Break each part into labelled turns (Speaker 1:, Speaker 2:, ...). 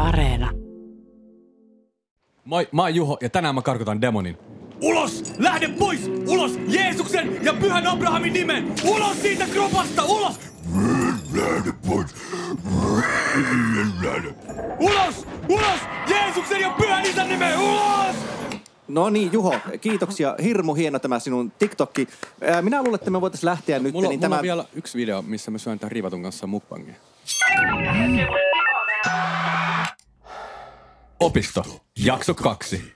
Speaker 1: Areena.
Speaker 2: Moi, mä oon Juho ja tänään mä karkotan demonin. Ulos! Lähde pois! Ulos Jeesuksen ja pyhän Abrahamin nimen! Ulos siitä kropasta! Ulos!
Speaker 3: Lähde pois. Lähde.
Speaker 2: Ulos! Ulos Jeesuksen ja pyhän isän nimen! Ulos!
Speaker 4: No niin, Juho, kiitoksia. Hirmu hieno tämä sinun TikTokki. Ää, Minä luulen, että me voitaisiin lähteä nyt.
Speaker 2: Mulla,
Speaker 4: niin
Speaker 2: mulla
Speaker 4: tämä...
Speaker 2: on vielä yksi video, missä mä syön tämän riivatun kanssa mukbangia. Opisto. Jakso kaksi.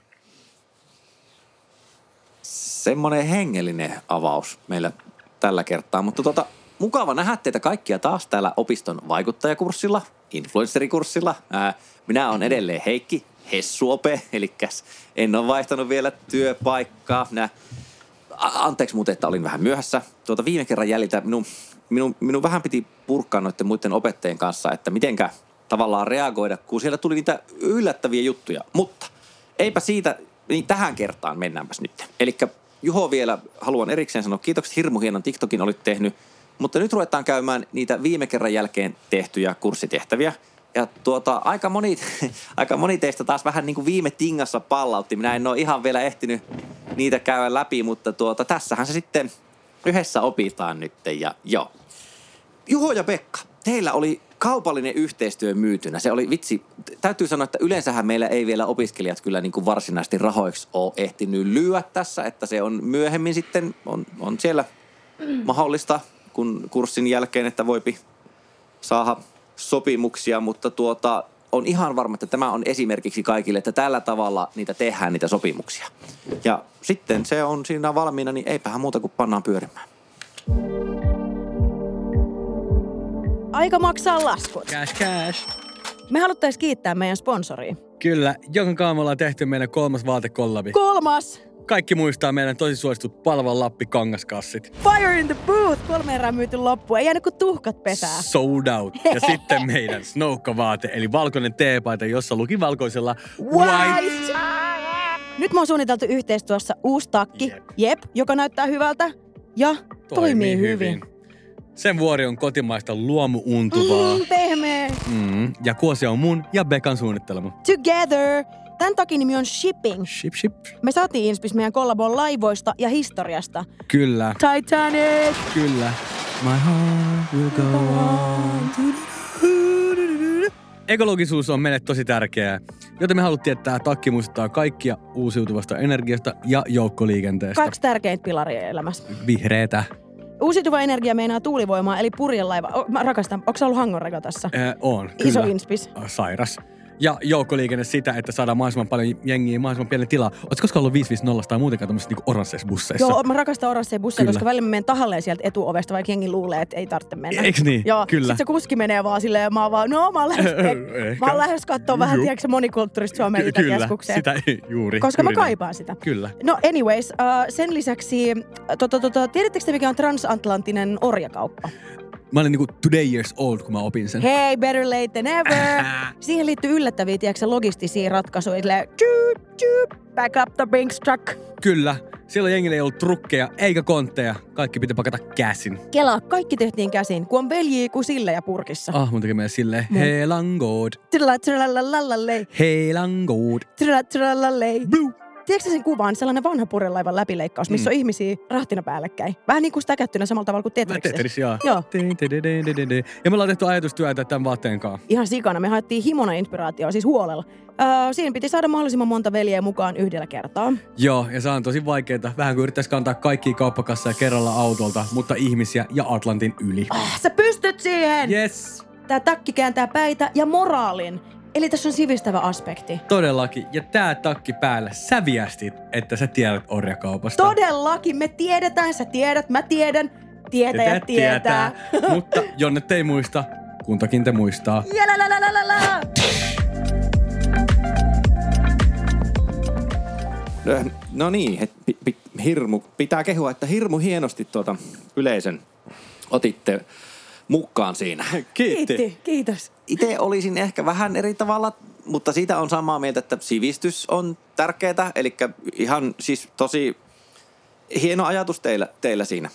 Speaker 4: semmoinen hengellinen avaus meillä tällä kertaa. Mutta tota, mukava nähdä teitä kaikkia taas täällä opiston vaikuttajakurssilla, influencerkurssilla. Ää, minä olen edelleen Heikki Hessuope, eli en ole vaihtanut vielä työpaikkaa. Minä, a- anteeksi muuten, että olin vähän myöhässä. Tuota, viime kerran jäljiltä minun, minun, minun vähän piti purkaa noiden muiden opettajien kanssa, että mitenkä tavallaan reagoida, kun siellä tuli niitä yllättäviä juttuja. Mutta Eipä siitä, niin tähän kertaan mennäänpäs nyt. Eli Juho vielä haluan erikseen sanoa kiitokset, hirmu hienon TikTokin olit tehnyt, mutta nyt ruvetaan käymään niitä viime kerran jälkeen tehtyjä kurssitehtäviä. Ja tuota, aika moni, aika moni teistä taas vähän niin kuin viime tingassa pallautti. Minä en ole ihan vielä ehtinyt niitä käydä läpi, mutta tuota, tässähän se sitten yhdessä opitaan nyt. Ja joo. Juho ja Pekka, teillä oli kaupallinen yhteistyö myytynä. Se oli vitsi. t- Täytyy sanoa, että yleensähän meillä ei vielä opiskelijat kyllä niin kuin varsinaisesti rahoiksi ole ehtinyt lyöä tässä, että se on myöhemmin sitten, on, on siellä mahdollista kun kurssin jälkeen, että voipi saada sopimuksia, mutta tuota, on ihan varma, että tämä on esimerkiksi kaikille, että tällä tavalla niitä tehdään, niitä sopimuksia. Ja sitten se on siinä valmiina, niin eipähän muuta kuin pannaan pyörimään.
Speaker 5: Aika maksaa laskut.
Speaker 6: Cash, cash.
Speaker 5: Me haluttais kiittää meidän sponsoria.
Speaker 6: Kyllä, jonka kanssa me ollaan tehty meidän kolmas vaatekollabi.
Speaker 5: Kolmas!
Speaker 6: Kaikki muistaa meidän tosi suositut Palvan Lappi kangaskassit.
Speaker 5: Fire in the booth! Kolme erää myyty loppu. Ei jäänyt kuin tuhkat pesää.
Speaker 6: Sold out. Ja sitten meidän snoukkavaate, eli valkoinen teepaita, jossa luki valkoisella
Speaker 5: White! Nyt me on suunniteltu yhteistyössä uusi takki,
Speaker 6: Jep.
Speaker 5: jep, joka näyttää hyvältä ja toimii, hyvin.
Speaker 6: Sen vuori on kotimaista luomuuntuvaa.
Speaker 5: Mm, pehmeä.
Speaker 6: Mm. Ja kuosia on mun ja Bekan suunnittelema.
Speaker 5: Together! Tän takin nimi on Shipping.
Speaker 6: Ship, ship.
Speaker 5: Me saatiin inspis meidän kollabon laivoista ja historiasta.
Speaker 6: Kyllä,
Speaker 5: Titanic!
Speaker 6: kyllä. My heart will go on. Ekologisuus on meille tosi tärkeää, joten me haluttiin, että tämä takki muistuttaa kaikkia uusiutuvasta energiasta ja joukkoliikenteestä.
Speaker 5: Kaksi tärkeintä pilaria elämässä.
Speaker 6: Vihreätä.
Speaker 5: Uusiutuva energia meinaa tuulivoimaa, eli purjelaiva. O, mä rakastan. Onko ollut Hangon reko tässä?
Speaker 6: Äh, on, kyllä.
Speaker 5: Iso inspis.
Speaker 6: Sairas. Ja joukkoliikenne sitä, että saadaan mahdollisimman paljon jengiä, mahdollisimman pienen tilaa. Oletko koskaan ollut 550 tai muutenkaan tämmöisissä niinku oransseissa busseissa?
Speaker 5: Joo, mä rakastan oransseja busseja,
Speaker 6: Kyllä.
Speaker 5: koska välillä mä menen tahalleen sieltä etuovesta, vaikka jengi luulee, että ei tarvitse mennä.
Speaker 6: Eiks niin?
Speaker 5: Joo,
Speaker 6: Kyllä.
Speaker 5: Sit se kuski menee vaan silleen, ja mä oon vaan, no mä oon lähes,
Speaker 6: Ehkä.
Speaker 5: mä oon lähes katsoa vähän,
Speaker 6: Jup.
Speaker 5: tiedätkö, monikulttuurista Suomen
Speaker 6: Ky- Kyllä,
Speaker 5: itäkeskukseen.
Speaker 6: sitä juuri.
Speaker 5: Koska mä
Speaker 6: juuri näin.
Speaker 5: kaipaan sitä.
Speaker 6: Kyllä.
Speaker 5: No anyways, äh, sen lisäksi, äh, tota, tota, tiedättekö te mikä on transatlanttinen orjakauppa?
Speaker 6: Mä olin niinku today years old, kun mä opin sen.
Speaker 5: Hei, better late than ever. Siihen liittyy yllättäviä, tiedätkö, logistisia ratkaisuja. Silleen, tjup, tjup, back up the Brinks truck.
Speaker 6: Kyllä. Silloin jengillä ei ollut trukkeja eikä kontteja. Kaikki piti pakata käsin.
Speaker 5: Kelaa, kaikki tehtiin käsin, kun on veljiä kuin sillä ja purkissa.
Speaker 6: Ah, mun teki meidän silleen. Heilangod,
Speaker 5: Trilla, trilla, lallalei.
Speaker 6: heilangod.
Speaker 5: Trilla, trilla, lallalei.
Speaker 6: Blue.
Speaker 5: Tiedätkö sen kuvan, sellainen vanha purjelaivan läpileikkaus, missä on ihmisiä rahtina päällekkäin? Vähän niin kuin stäkättynä samalla tavalla kuin Tetriksessä.
Speaker 6: Tetris, jaa.
Speaker 5: Joo.
Speaker 6: Tididididididi. Ja me ollaan tehty ajatustyötä tämän vaatteen kanssa.
Speaker 5: Ihan sikana, me haettiin himona inspiraatioa, siis huolella. Öö, siinä piti saada mahdollisimman monta veljeä mukaan yhdellä kertaa.
Speaker 6: Joo, ja se on tosi vaikeeta. Vähän kuin yrittäisi kantaa kaikki kauppakasseja kerralla autolta, mutta ihmisiä ja Atlantin yli.
Speaker 5: Ah, Sä pystyt siihen!
Speaker 6: Yes,
Speaker 5: Tää takki kääntää päitä ja moraalin. Eli tässä on sivistävä aspekti.
Speaker 6: todellakin. Ja tää takki päällä. Sä viestit, että sä tiedät orjakaupasta.
Speaker 5: Todellakin, me tiedetään, sä tiedät, mä tiedän. Tietäjät tietää.
Speaker 6: mutta jonne te ei muista, kuntakin te muistaa.
Speaker 5: Jälälälälälällä!
Speaker 4: Öh, No niin, het, pi, pi, hirmu, pitää kehua, että hirmu hienosti tuota yleisön otitte mukaan siinä.
Speaker 5: Kiitti, kiitos.
Speaker 4: Itse olisin ehkä vähän eri tavalla, mutta siitä on samaa mieltä, että sivistys on tärkeää. Eli ihan siis tosi hieno ajatus teillä, teillä siinä.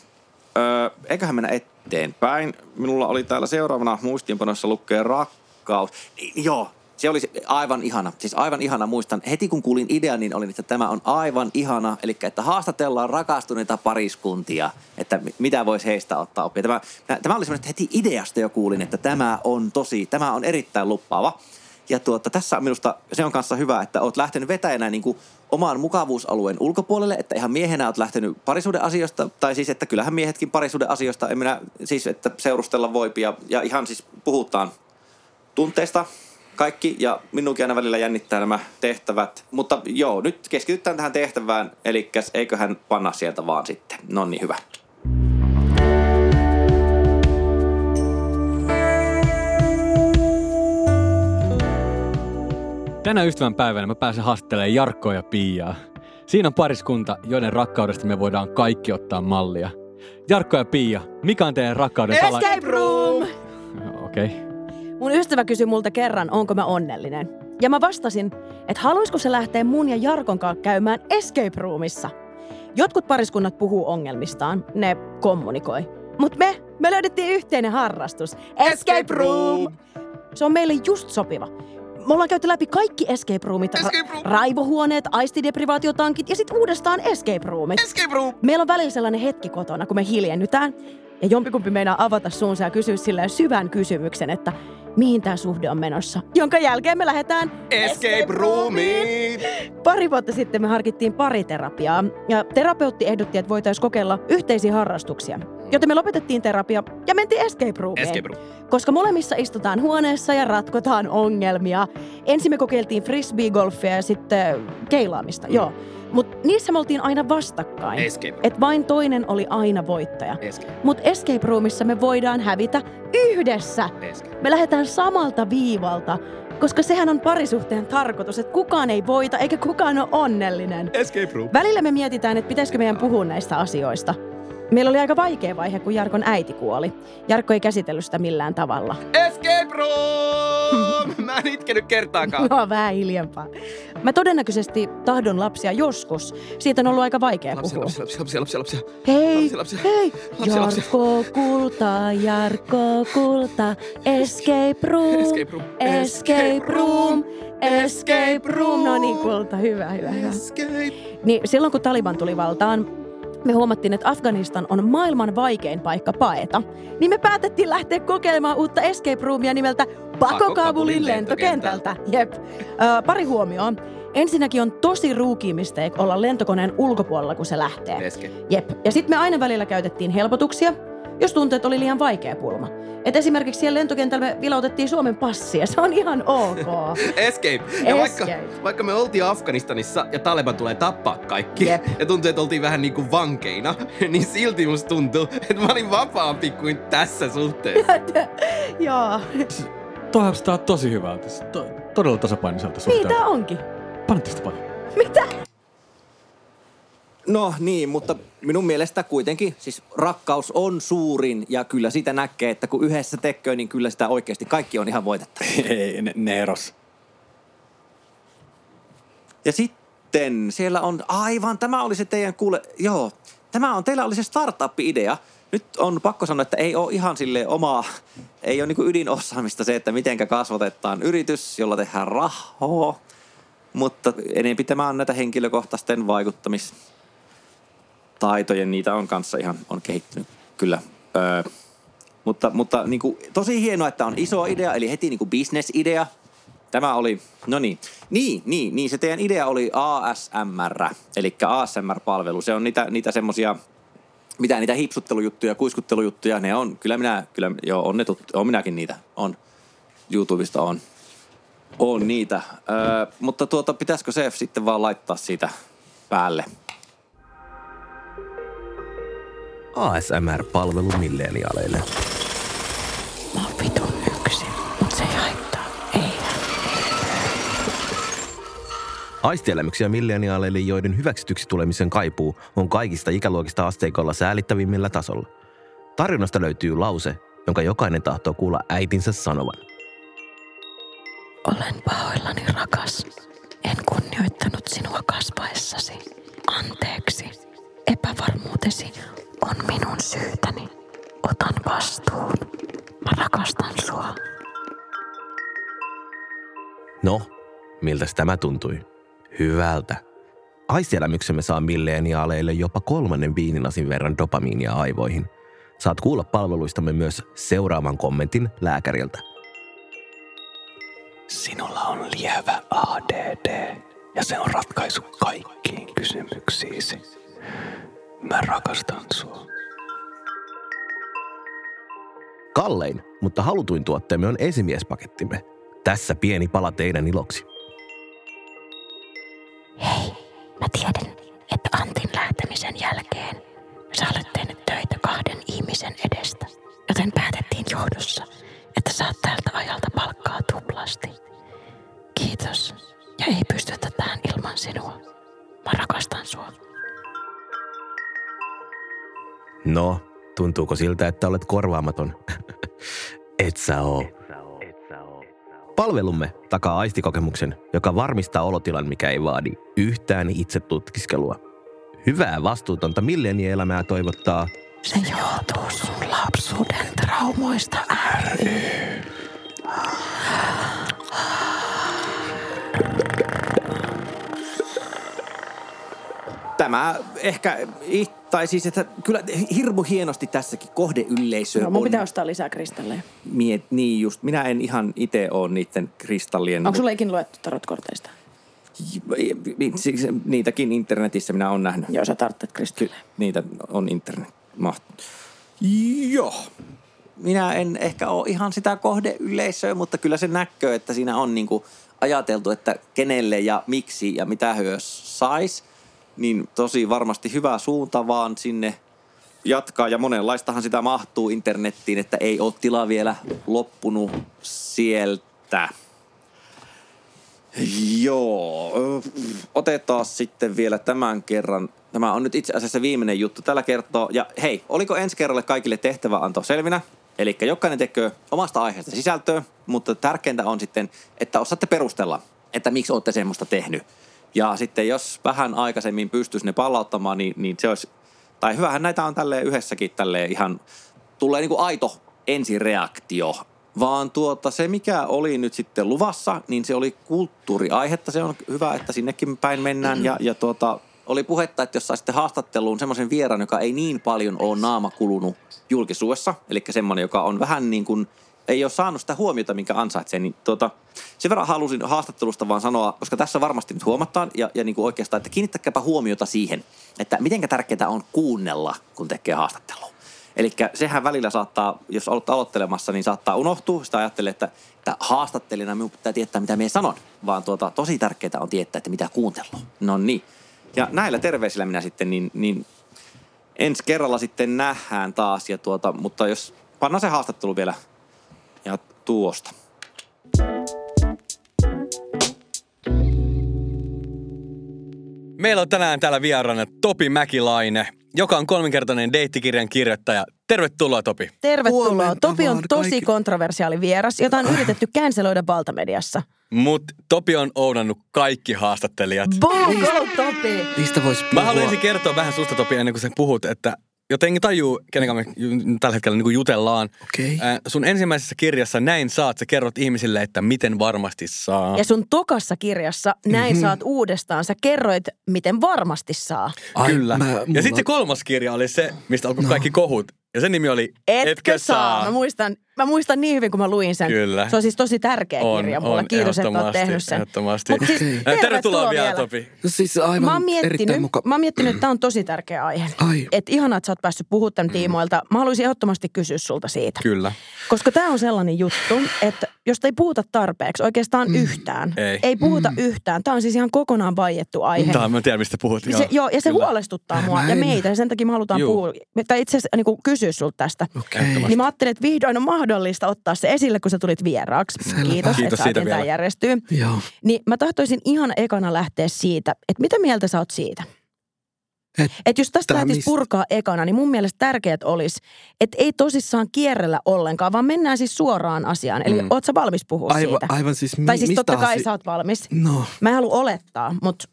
Speaker 4: Öö, eiköhän mennä eteenpäin. Minulla oli täällä seuraavana muistiinpanossa lukee rakkaus. Niin, joo, Se oli se- aivan ihana. Siis aivan ihana muistan. Heti kun kuulin idean, niin olin, että tämä on aivan ihana. Eli että haastatellaan rakastuneita pariskuntia, että mi- mitä voisi heistä ottaa oppia. Tämä, nä- tämä oli semmoinen, että heti ideasta jo kuulin, että tämä on tosi, tämä on erittäin luppaava. Ja tuota, tässä on minusta, se on kanssa hyvä, että oot lähtenyt vetäjänä niin kuin omaan mukavuusalueen ulkopuolelle, että ihan miehenä oot lähtenyt parisuuden asioista, tai siis, että kyllähän miehetkin parisuuden asioista, en minä, siis, että seurustella voipi ja, ja ihan siis puhutaan tunteista kaikki ja minunkin aina välillä jännittää nämä tehtävät. Mutta joo, nyt keskitytään tähän tehtävään, eli eiköhän panna sieltä vaan sitten. No niin, hyvä.
Speaker 6: Tänä ystävän päivänä mä pääsen haastattelemaan Jarkkoa ja Piiaa. Siinä on pariskunta, joiden rakkaudesta me voidaan kaikki ottaa mallia. Jarkko ja Pia, mikä on teidän rakkauden tala-
Speaker 5: Escape room!
Speaker 6: Okei.
Speaker 5: Mun ystävä kysyi multa kerran, onko mä onnellinen. Ja mä vastasin, että haluaisiko se lähteä mun ja Jarkon kanssa käymään escape roomissa. Jotkut pariskunnat puhuu ongelmistaan, ne kommunikoi. Mut me, me löydettiin yhteinen harrastus. Escape room! Se on meille just sopiva. Me ollaan käyty läpi kaikki escape roomit, escape room. raivohuoneet, aistideprivaatiotankit ja sitten uudestaan escape roomit. Escape room. Meillä on välillä sellainen hetki kotona, kun me hiljennytään. Ja jompikumpi meinaa avata suunsa ja kysyä silleen syvän kysymyksen, että mihin tämä suhde on menossa. Jonka jälkeen me lähdetään escape roomiin. Pari vuotta sitten me harkittiin pariterapiaa ja terapeutti ehdotti, että voitaisiin kokeilla yhteisiä harrastuksia. Joten me lopetettiin terapia ja mentiin escape roomiin. Escape room. Koska molemmissa istutaan huoneessa ja ratkotaan ongelmia. Ensin me kokeiltiin frisbee-golfia ja sitten keilaamista, joo. Mutta niissä me oltiin aina vastakkain.
Speaker 1: Escape room.
Speaker 5: Et vain toinen oli aina voittaja.
Speaker 1: Escape.
Speaker 5: Mutta escape roomissa me voidaan hävitä yhdessä.
Speaker 1: Escape.
Speaker 5: Me lähdetään samalta viivalta, koska sehän on parisuhteen tarkoitus, että kukaan ei voita eikä kukaan ole onnellinen.
Speaker 1: Escape room.
Speaker 5: Välillä me mietitään, että pitäisikö meidän puhua näistä asioista. Meillä oli aika vaikea vaihe, kun Jarkon äiti kuoli. Jarkko ei käsitellyt sitä millään tavalla.
Speaker 1: Escape room! Mä en itkenyt
Speaker 7: Ah.
Speaker 1: kertaakaan.
Speaker 5: No, vähän hiljempaa. Mä todennäköisesti tahdon lapsia joskus. Siitä on ollut aika vaikea
Speaker 1: Lapsia,
Speaker 5: puhua.
Speaker 1: lapsia, lapsia, lapsia, lapsia.
Speaker 5: Hei,
Speaker 1: Lapsia, lapsia.
Speaker 5: hei!
Speaker 1: Lapsia, lapsia.
Speaker 5: Jarkko kulta, Jarkko kulta, escape room,
Speaker 1: Escape room,
Speaker 5: escape
Speaker 1: escape
Speaker 5: room,
Speaker 1: room,
Speaker 5: escape room. No niin, kulta, hyvä, hyvä, hyvä.
Speaker 1: Escape.
Speaker 5: Niin silloin kun Taliban tuli valtaan, me huomattiin, että Afganistan on maailman vaikein paikka paeta. Niin me päätettiin lähteä kokeilemaan uutta escape roomia nimeltä Pako
Speaker 1: Pako
Speaker 5: Kabulin
Speaker 1: Kabulin
Speaker 5: lentokentältä. Jep. Ö, pari huomioon. Ensinnäkin on tosi rookie mistake olla lentokoneen ulkopuolella, kun se lähtee.
Speaker 1: Escape.
Speaker 5: Jep. Ja sitten me aina välillä käytettiin helpotuksia, jos tuntui, että oli liian vaikea pulma. Et esimerkiksi siellä lentokentällä me vilautettiin Suomen passia. Se on ihan ok.
Speaker 1: Escape. Ja vaikka,
Speaker 5: Escape.
Speaker 1: vaikka me oltiin Afganistanissa ja Taleban tulee tappaa kaikki
Speaker 5: Jep.
Speaker 1: ja tuntuu, että oltiin vähän niinku vankeina, niin silti musta tuntuu, että mä olin vapaampi kuin tässä suhteessa.
Speaker 5: Joo.
Speaker 6: Toi haistaa tosi hyvältä. Se To, todella tasapainoiselta
Speaker 5: Niin
Speaker 6: suhteelta.
Speaker 5: tää onkin.
Speaker 6: Panna tästä paljon.
Speaker 5: Mitä?
Speaker 4: No niin, mutta minun mielestä kuitenkin siis rakkaus on suurin ja kyllä sitä näkee, että kun yhdessä tekee, niin kyllä sitä oikeasti kaikki on ihan voitettava.
Speaker 2: Ei, ne- Neeros.
Speaker 4: Ja sitten siellä on, aivan, tämä oli se teidän kuule, joo, tämä on, teillä oli se startup-idea. Nyt on pakko sanoa, että ei ole ihan sille omaa, ei ole niin ydinosaamista se, että mitenkä kasvatetaan yritys, jolla tehdään rahaa. Mutta enempi tämä on näitä henkilökohtaisten vaikuttamistaitojen, niitä on kanssa ihan on kehittynyt kyllä. Öö, mutta mutta niin kuin, tosi hienoa, että on iso idea, eli heti niin kuin bisnesidea. Tämä oli, no niin. Niin, niin, niin, se teidän idea oli ASMR, eli ASMR-palvelu. Se on niitä, niitä semmosia, mitä niitä hipsuttelujuttuja, kuiskuttelujuttuja, ne on. Kyllä minä, kyllä, joo, on ne tuttu, on minäkin niitä, on. YouTubesta on. On niitä. Öö, mutta tuota, pitäisikö se sitten vaan laittaa siitä päälle?
Speaker 7: ASMR-palvelu milleniaaleille.
Speaker 5: Mä oon vitun yksin, mut se ei haittaa. Ei.
Speaker 7: Aistielämyksiä milleniaaleille, joiden hyväksytyksi tulemisen kaipuu, on kaikista ikäluokista asteikolla säälittävimmillä tasolla. Tarjonnasta löytyy lause, jonka jokainen tahtoo kuulla äitinsä sanovan.
Speaker 5: Olen pahoillani rakas. En kunnioittanut sinua kasvaessasi. Anteeksi. Epävarmuutesi on minun syytäni. Otan vastuun. Mä rakastan sua.
Speaker 7: No, miltäs tämä tuntui? Hyvältä. Aistielämyksemme saa milleniaaleille jopa kolmannen viinilasin verran dopamiinia aivoihin. Saat kuulla palveluistamme myös seuraavan kommentin lääkäriltä.
Speaker 8: Sinulla on lievä ADD ja se on ratkaisu kaikkiin kysymyksiisi. Mä rakastan sua.
Speaker 7: Kallein, mutta halutuin tuotteemme on esimiespakettimme. Tässä pieni pala teidän iloksi.
Speaker 9: Mä tiedän, että Antin lähtemisen jälkeen sä olet tehnyt töitä kahden ihmisen edestä. Joten päätettiin johdossa, että saat tältä ajalta palkkaa tuplasti. Kiitos. Ja ei pystytä tähän ilman sinua. Mä rakastan sua.
Speaker 7: No, tuntuuko siltä, että olet korvaamaton? Et sä oo. Palvelumme takaa aistikokemuksen, joka varmistaa olotilan, mikä ei vaadi yhtään itse tutkiskelua. Hyvää vastuutonta milleniaelämää toivottaa
Speaker 9: Se johtuu sun lapsuuden traumoista ry.
Speaker 4: Tämä ehkä, tai siis, että kyllä hirmu hienosti tässäkin kohdeyleisö
Speaker 5: No, mun
Speaker 4: on
Speaker 5: pitää ostaa lisää kristallejä.
Speaker 4: Miet, niin just. Minä en ihan itse ole niiden kristallien...
Speaker 5: Onko sulla ikinä luettu tarotkorteista?
Speaker 4: Siksi Niitäkin internetissä minä olen nähnyt.
Speaker 5: Joo, sä tarvitset kristalleja.
Speaker 4: Niitä on internet. Maht... Joo. Minä en ehkä ole ihan sitä kohdeyleisöä, mutta kyllä se näkyy, että siinä on niinku ajateltu, että kenelle ja miksi ja mitä hyö sais. Niin tosi varmasti hyvä suunta vaan sinne jatkaa ja monenlaistahan sitä mahtuu internettiin, että ei ole tila vielä loppunut sieltä. Joo, ö, otetaan sitten vielä tämän kerran. Tämä on nyt itse asiassa viimeinen juttu tällä kertaa. Ja hei, oliko ensi kerralle kaikille tehtävä antaa selvinä? Eli jokainen tekee omasta aiheesta sisältöä, mutta tärkeintä on sitten, että osaatte perustella, että miksi olette semmoista tehnyt. Ja sitten jos vähän aikaisemmin pystyisi ne palauttamaan, niin, niin se olisi... Tai hyvähän näitä on tälleen yhdessäkin tälleen ihan... Tulee niin kuin aito ensireaktio vaan tuota, se mikä oli nyt sitten luvassa, niin se oli kulttuuriaihetta. Se on hyvä, että sinnekin päin mennään. Ja, ja tuota, oli puhetta, että jos saisitte haastatteluun semmoisen vieraan, joka ei niin paljon ole naama kulunut julkisuudessa, eli semmoinen, joka on vähän niin kuin, ei ole saanut sitä huomiota, minkä ansaitsee, niin tuota, sen verran halusin haastattelusta vaan sanoa, koska tässä varmasti nyt huomataan, ja, ja niin kuin oikeastaan, että kiinnittäkääpä huomiota siihen, että miten tärkeää on kuunnella, kun tekee haastattelua. Eli sehän välillä saattaa, jos olet aloittelemassa, niin saattaa unohtua. Sitä ajattelee, että, että haastattelina minun pitää tietää, mitä minä sanon. Vaan tuota, tosi tärkeää on tietää, että mitä kuunnellaan. No niin. Ja näillä terveisillä minä sitten, niin, niin ensi kerralla sitten nähdään taas. Ja tuota, mutta jos pannaan se haastattelu vielä ja tuosta.
Speaker 6: Meillä on tänään täällä vieraana Topi Mäkilaine, joka on kolminkertainen deittikirjan kirjoittaja. Tervetuloa Topi.
Speaker 5: Tervetuloa.
Speaker 7: Huomenta
Speaker 5: Topi on
Speaker 7: vaan
Speaker 5: tosi
Speaker 7: kaikille.
Speaker 5: kontroversiaali vieras, jota on yritetty känseloida valtamediassa.
Speaker 6: Mut Topi on oudannut kaikki haastattelijat.
Speaker 5: Boom, go Topi!
Speaker 7: Niistä voisi
Speaker 6: Mä haluan ensin kertoa vähän susta Topi ennen kuin sä puhut, että jotenkin tajuu, kenen kanssa me ju- tällä hetkellä niin jutellaan.
Speaker 7: Okei.
Speaker 6: Äh, sun ensimmäisessä kirjassa Näin saat, sä kerrot ihmisille, että miten varmasti saa.
Speaker 5: Ja sun tokassa kirjassa näin saat uudestaan. Sä kerroit, miten varmasti saa.
Speaker 6: Ai, Kyllä.
Speaker 7: mä-
Speaker 6: Ja
Speaker 7: mulla-
Speaker 6: sitten se kolmas kirja oli se, mistä alkoi no. kaikki kohut. Ja sen nimi oli
Speaker 5: Etkö, saa? Mä muistan, mä muistan niin hyvin, kun mä luin sen.
Speaker 6: Kyllä.
Speaker 5: Se on siis tosi tärkeä
Speaker 6: On,
Speaker 5: kirja mulla.
Speaker 6: on,
Speaker 5: Kiitos, että oot
Speaker 6: ehdottomasti,
Speaker 5: tehnyt sen.
Speaker 6: ehdottomasti.
Speaker 5: Mut siis,
Speaker 6: Okei.
Speaker 5: tervetuloa
Speaker 6: Tervetuloa vielä,
Speaker 5: vielä.
Speaker 6: Topi.
Speaker 10: Siis aivan
Speaker 5: mä oon miettinyt,
Speaker 10: erittäin muka...
Speaker 5: mä oon miettinyt että tämä on tosi tärkeä aihe.
Speaker 10: Ai.
Speaker 5: Et ihanaa, että sä oot päässyt puhumaan tämän tiimoilta. Mä haluaisin ehdottomasti kysyä sulta siitä.
Speaker 6: Kyllä.
Speaker 5: Koska tämä on sellainen juttu, että jos ei puhuta tarpeeksi oikeastaan
Speaker 10: Mm.
Speaker 5: yhtään.
Speaker 6: Ei.
Speaker 5: ei puhuta yhtään. Tämä on siis ihan kokonaan vaiettu aihe.
Speaker 6: Tämä mä tiedän, mistä puhut.
Speaker 5: Se, joo, ja se
Speaker 6: kyllä.
Speaker 5: huolestuttaa mua
Speaker 10: Mä
Speaker 5: ja
Speaker 10: en-
Speaker 5: meitä, ja sen takia me halutaan
Speaker 6: Juu.
Speaker 5: puhua, tai itse asiassa niin kysyä sulta tästä.
Speaker 10: Okei.
Speaker 5: Niin mä ajattelin, että vihdoin on mahdollista ottaa se esille, kun sä tulit vieraaksi.
Speaker 10: Selvä.
Speaker 5: Kiitos,
Speaker 6: Kiitos
Speaker 5: että
Speaker 6: siitä
Speaker 5: saatiin
Speaker 6: vielä.
Speaker 5: tämä järjestyy.
Speaker 10: Joo.
Speaker 5: Niin mä tahtoisin ihan ekana lähteä siitä, että mitä mieltä sä oot siitä?
Speaker 10: Et-
Speaker 5: Että jos tästä
Speaker 10: tää
Speaker 5: lähtisi
Speaker 10: mistä?
Speaker 5: purkaa ekana, niin mun mielestä tärkeät olisi, että ei tosissaan kierrellä ollenkaan, vaan mennään siis suoraan asiaan. Eli mm. oot sä valmis puhua
Speaker 10: Aivan,
Speaker 5: siitä?
Speaker 10: aivan siis... Mi-
Speaker 5: tai siis
Speaker 10: mistä
Speaker 5: totta kai
Speaker 10: asi-
Speaker 5: sä oot valmis.
Speaker 10: No,
Speaker 5: Mä en halua olettaa, mutta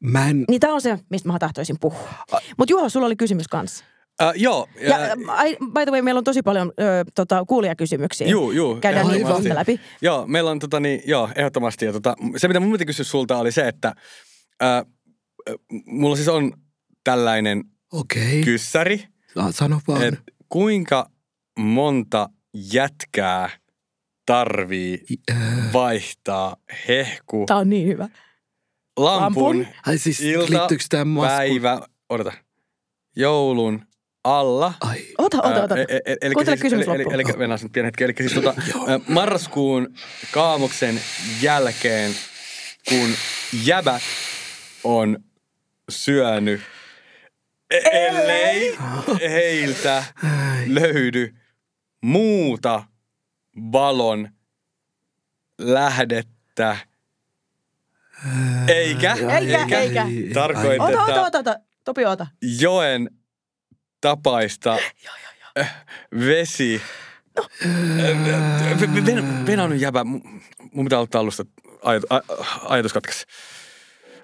Speaker 10: mä en...
Speaker 5: niin tämä on se, mistä mä tahtoisin puhua. Mutta Juho, sulla oli kysymys kanssa.
Speaker 6: Äh, joo.
Speaker 5: Ja ai- by the way, meillä on tosi paljon ö, tota, kuulijakysymyksiä.
Speaker 6: Juu, juu.
Speaker 5: Käydään niin niitä
Speaker 6: ehdottomasti.
Speaker 5: kohta läpi.
Speaker 6: Joo, meillä on tota niin, joo, ehdottomasti. Ja tota, se, mitä mun piti kysyä sulta, oli se, että äh, mulla siis on tällainen
Speaker 10: Okei.
Speaker 6: kyssäri.
Speaker 10: Sa- Sano vaan.
Speaker 6: Et kuinka monta jätkää tarvii vaihtaa hehku
Speaker 5: Tämä on niin hyvä.
Speaker 6: lampun,
Speaker 10: Ai siis,
Speaker 6: ilta,
Speaker 10: liittyykö tämä masku?
Speaker 6: päivä, odota, joulun alla. Ai.
Speaker 5: Ota, ota,
Speaker 6: e-
Speaker 5: ota. Kuuntele kysymys
Speaker 6: siis- eli,
Speaker 5: loppuun.
Speaker 6: eli, eli, mennään nyt pieni hetki. Eli siis tota, ö, marraskuun kaamoksen jälkeen, kun jäbät on syönyt, e- ellei heiltä löydy muuta valon lähdettä, eikä,
Speaker 5: Eikä, eikä.
Speaker 6: tarkoiteta
Speaker 5: Ota, ota, ota, ota. Topi, ota.
Speaker 6: joen tapaista äh, vesi.
Speaker 5: No.
Speaker 6: Äh, v- v- Venä on nyt jäbä. Mun mun pitää aloittaa alusta. Aj- aj- Ajatus katkesi.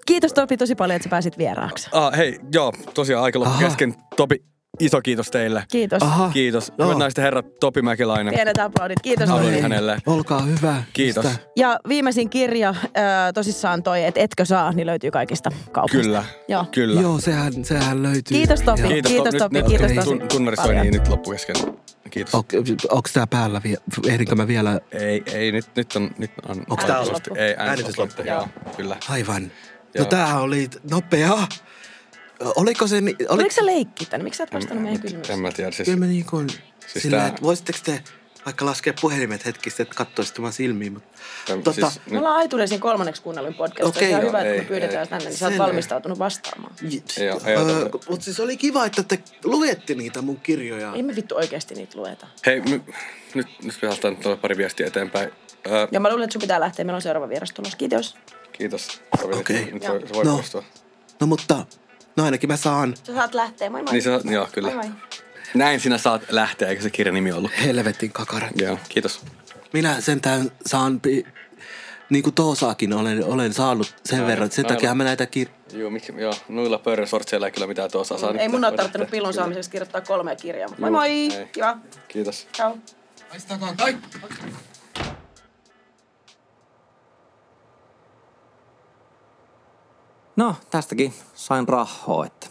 Speaker 5: Kiitos Topi tosi paljon, että sä pääsit vieraaksi.
Speaker 6: Ah, hei, joo, tosiaan aika loppu
Speaker 5: Aha.
Speaker 6: kesken. Topi, iso kiitos teille.
Speaker 5: Kiitos.
Speaker 10: Ah,
Speaker 5: Aha.
Speaker 6: Kiitos. Hyvät naiset ja herrat, Topi Mäkeläinen.
Speaker 5: Pienet aplodit. Kiitos
Speaker 6: Aplodit
Speaker 5: Topi.
Speaker 6: hänelle.
Speaker 10: Olkaa hyvä.
Speaker 6: Kiitos.
Speaker 5: Ja viimeisin kirja ö, tosissaan toi, että etkö saa, niin löytyy kaikista kaupoista.
Speaker 6: Kyllä.
Speaker 5: Joo.
Speaker 6: Kyllä.
Speaker 10: Joo, sehän, sehän löytyy.
Speaker 5: Kiitos, Topi.
Speaker 10: Joo.
Speaker 5: Kiitos,
Speaker 6: Nyt-
Speaker 5: Topi.
Speaker 6: nyt-
Speaker 5: Kiitos
Speaker 6: nyt
Speaker 5: tosi
Speaker 6: tun- Tunnari soi,
Speaker 5: paljon.
Speaker 6: niin nyt loppu kesken. Kiitos.
Speaker 10: On, onko tämä päällä vielä? Ehdinkö mä vielä?
Speaker 6: Ei, ei, nyt, nyt on... Nyt on
Speaker 10: Onks tää
Speaker 6: äänestys
Speaker 10: loppu?
Speaker 6: loppu? Ei, äänestys
Speaker 10: Äänestys
Speaker 6: loppu,
Speaker 10: loppu.
Speaker 6: joo. Kyllä.
Speaker 10: Aivan. No
Speaker 6: Joo.
Speaker 10: tämähän oli nopea. Oliko se... ni-
Speaker 5: Oliko se leikki tänne? Miksi sä et vastannut meidän
Speaker 6: En
Speaker 5: kysymykseen?
Speaker 6: mä tiedä, siis...
Speaker 10: Kyllä mä niin kuin...
Speaker 6: Siis
Speaker 10: Siis sillä,
Speaker 6: tää-
Speaker 10: että voisitteko te vaikka laskea puhelimet hetkistä, että katsoisitte vaan silmiin. Mutta,
Speaker 6: Tämä-
Speaker 10: tota,
Speaker 6: siis
Speaker 5: Me ollaan aituneisiin kolmanneksi kuunnellun podcast.
Speaker 10: Okei.
Speaker 5: Okay, on hyvä,
Speaker 10: Joo,
Speaker 5: että
Speaker 10: ei,
Speaker 5: kun me pyydetään
Speaker 10: ei.
Speaker 5: tänne, niin sä oot
Speaker 10: Selvä.
Speaker 5: valmistautunut vastaamaan.
Speaker 6: Joo, ei ota-
Speaker 10: öö, mutta siis oli kiva, että te luette niitä mun kirjoja.
Speaker 5: Ei me vittu oikeasti niitä lueta.
Speaker 6: Hei, my, nyt, nyt pitää ottaa tuolla pari viestiä eteenpäin. Öö,
Speaker 5: Ja mä luulen, että sun pitää lähteä. Meillä on seuraava vieras tulossa. Kiitos.
Speaker 6: kiitos. Okei. Nyt voi, se voi
Speaker 10: No.
Speaker 6: poistua.
Speaker 10: No mutta, no ainakin mä saan.
Speaker 5: Sä saat lähteä. Moi moi.
Speaker 6: Niin sä- joo, kyllä.
Speaker 5: Moi moi.
Speaker 6: Näin sinä saat lähteä, eikö se kirjan nimi ollut?
Speaker 10: Helvetin kakarat.
Speaker 6: Joo, kiitos.
Speaker 10: Minä sentään saan, pi- niin kuin Toosaakin olen, olen saanut sen
Speaker 6: Näin,
Speaker 10: verran. Sen
Speaker 6: näin
Speaker 10: takia
Speaker 6: on.
Speaker 10: mä näitä kir...
Speaker 6: Joo, miksi, joo, noilla pörrösortseilla ei kyllä mitään tuossa saa.
Speaker 5: Ei mun ole tarttunut pillun saamiseksi kirjoittaa kolmea kirjaa. mutta Moi
Speaker 6: Juu,
Speaker 5: moi.
Speaker 6: ei.
Speaker 5: Kiva.
Speaker 6: Kiitos.
Speaker 5: Ciao.
Speaker 10: Paistakaa kaikki.
Speaker 4: No, tästäkin sain rahaa, että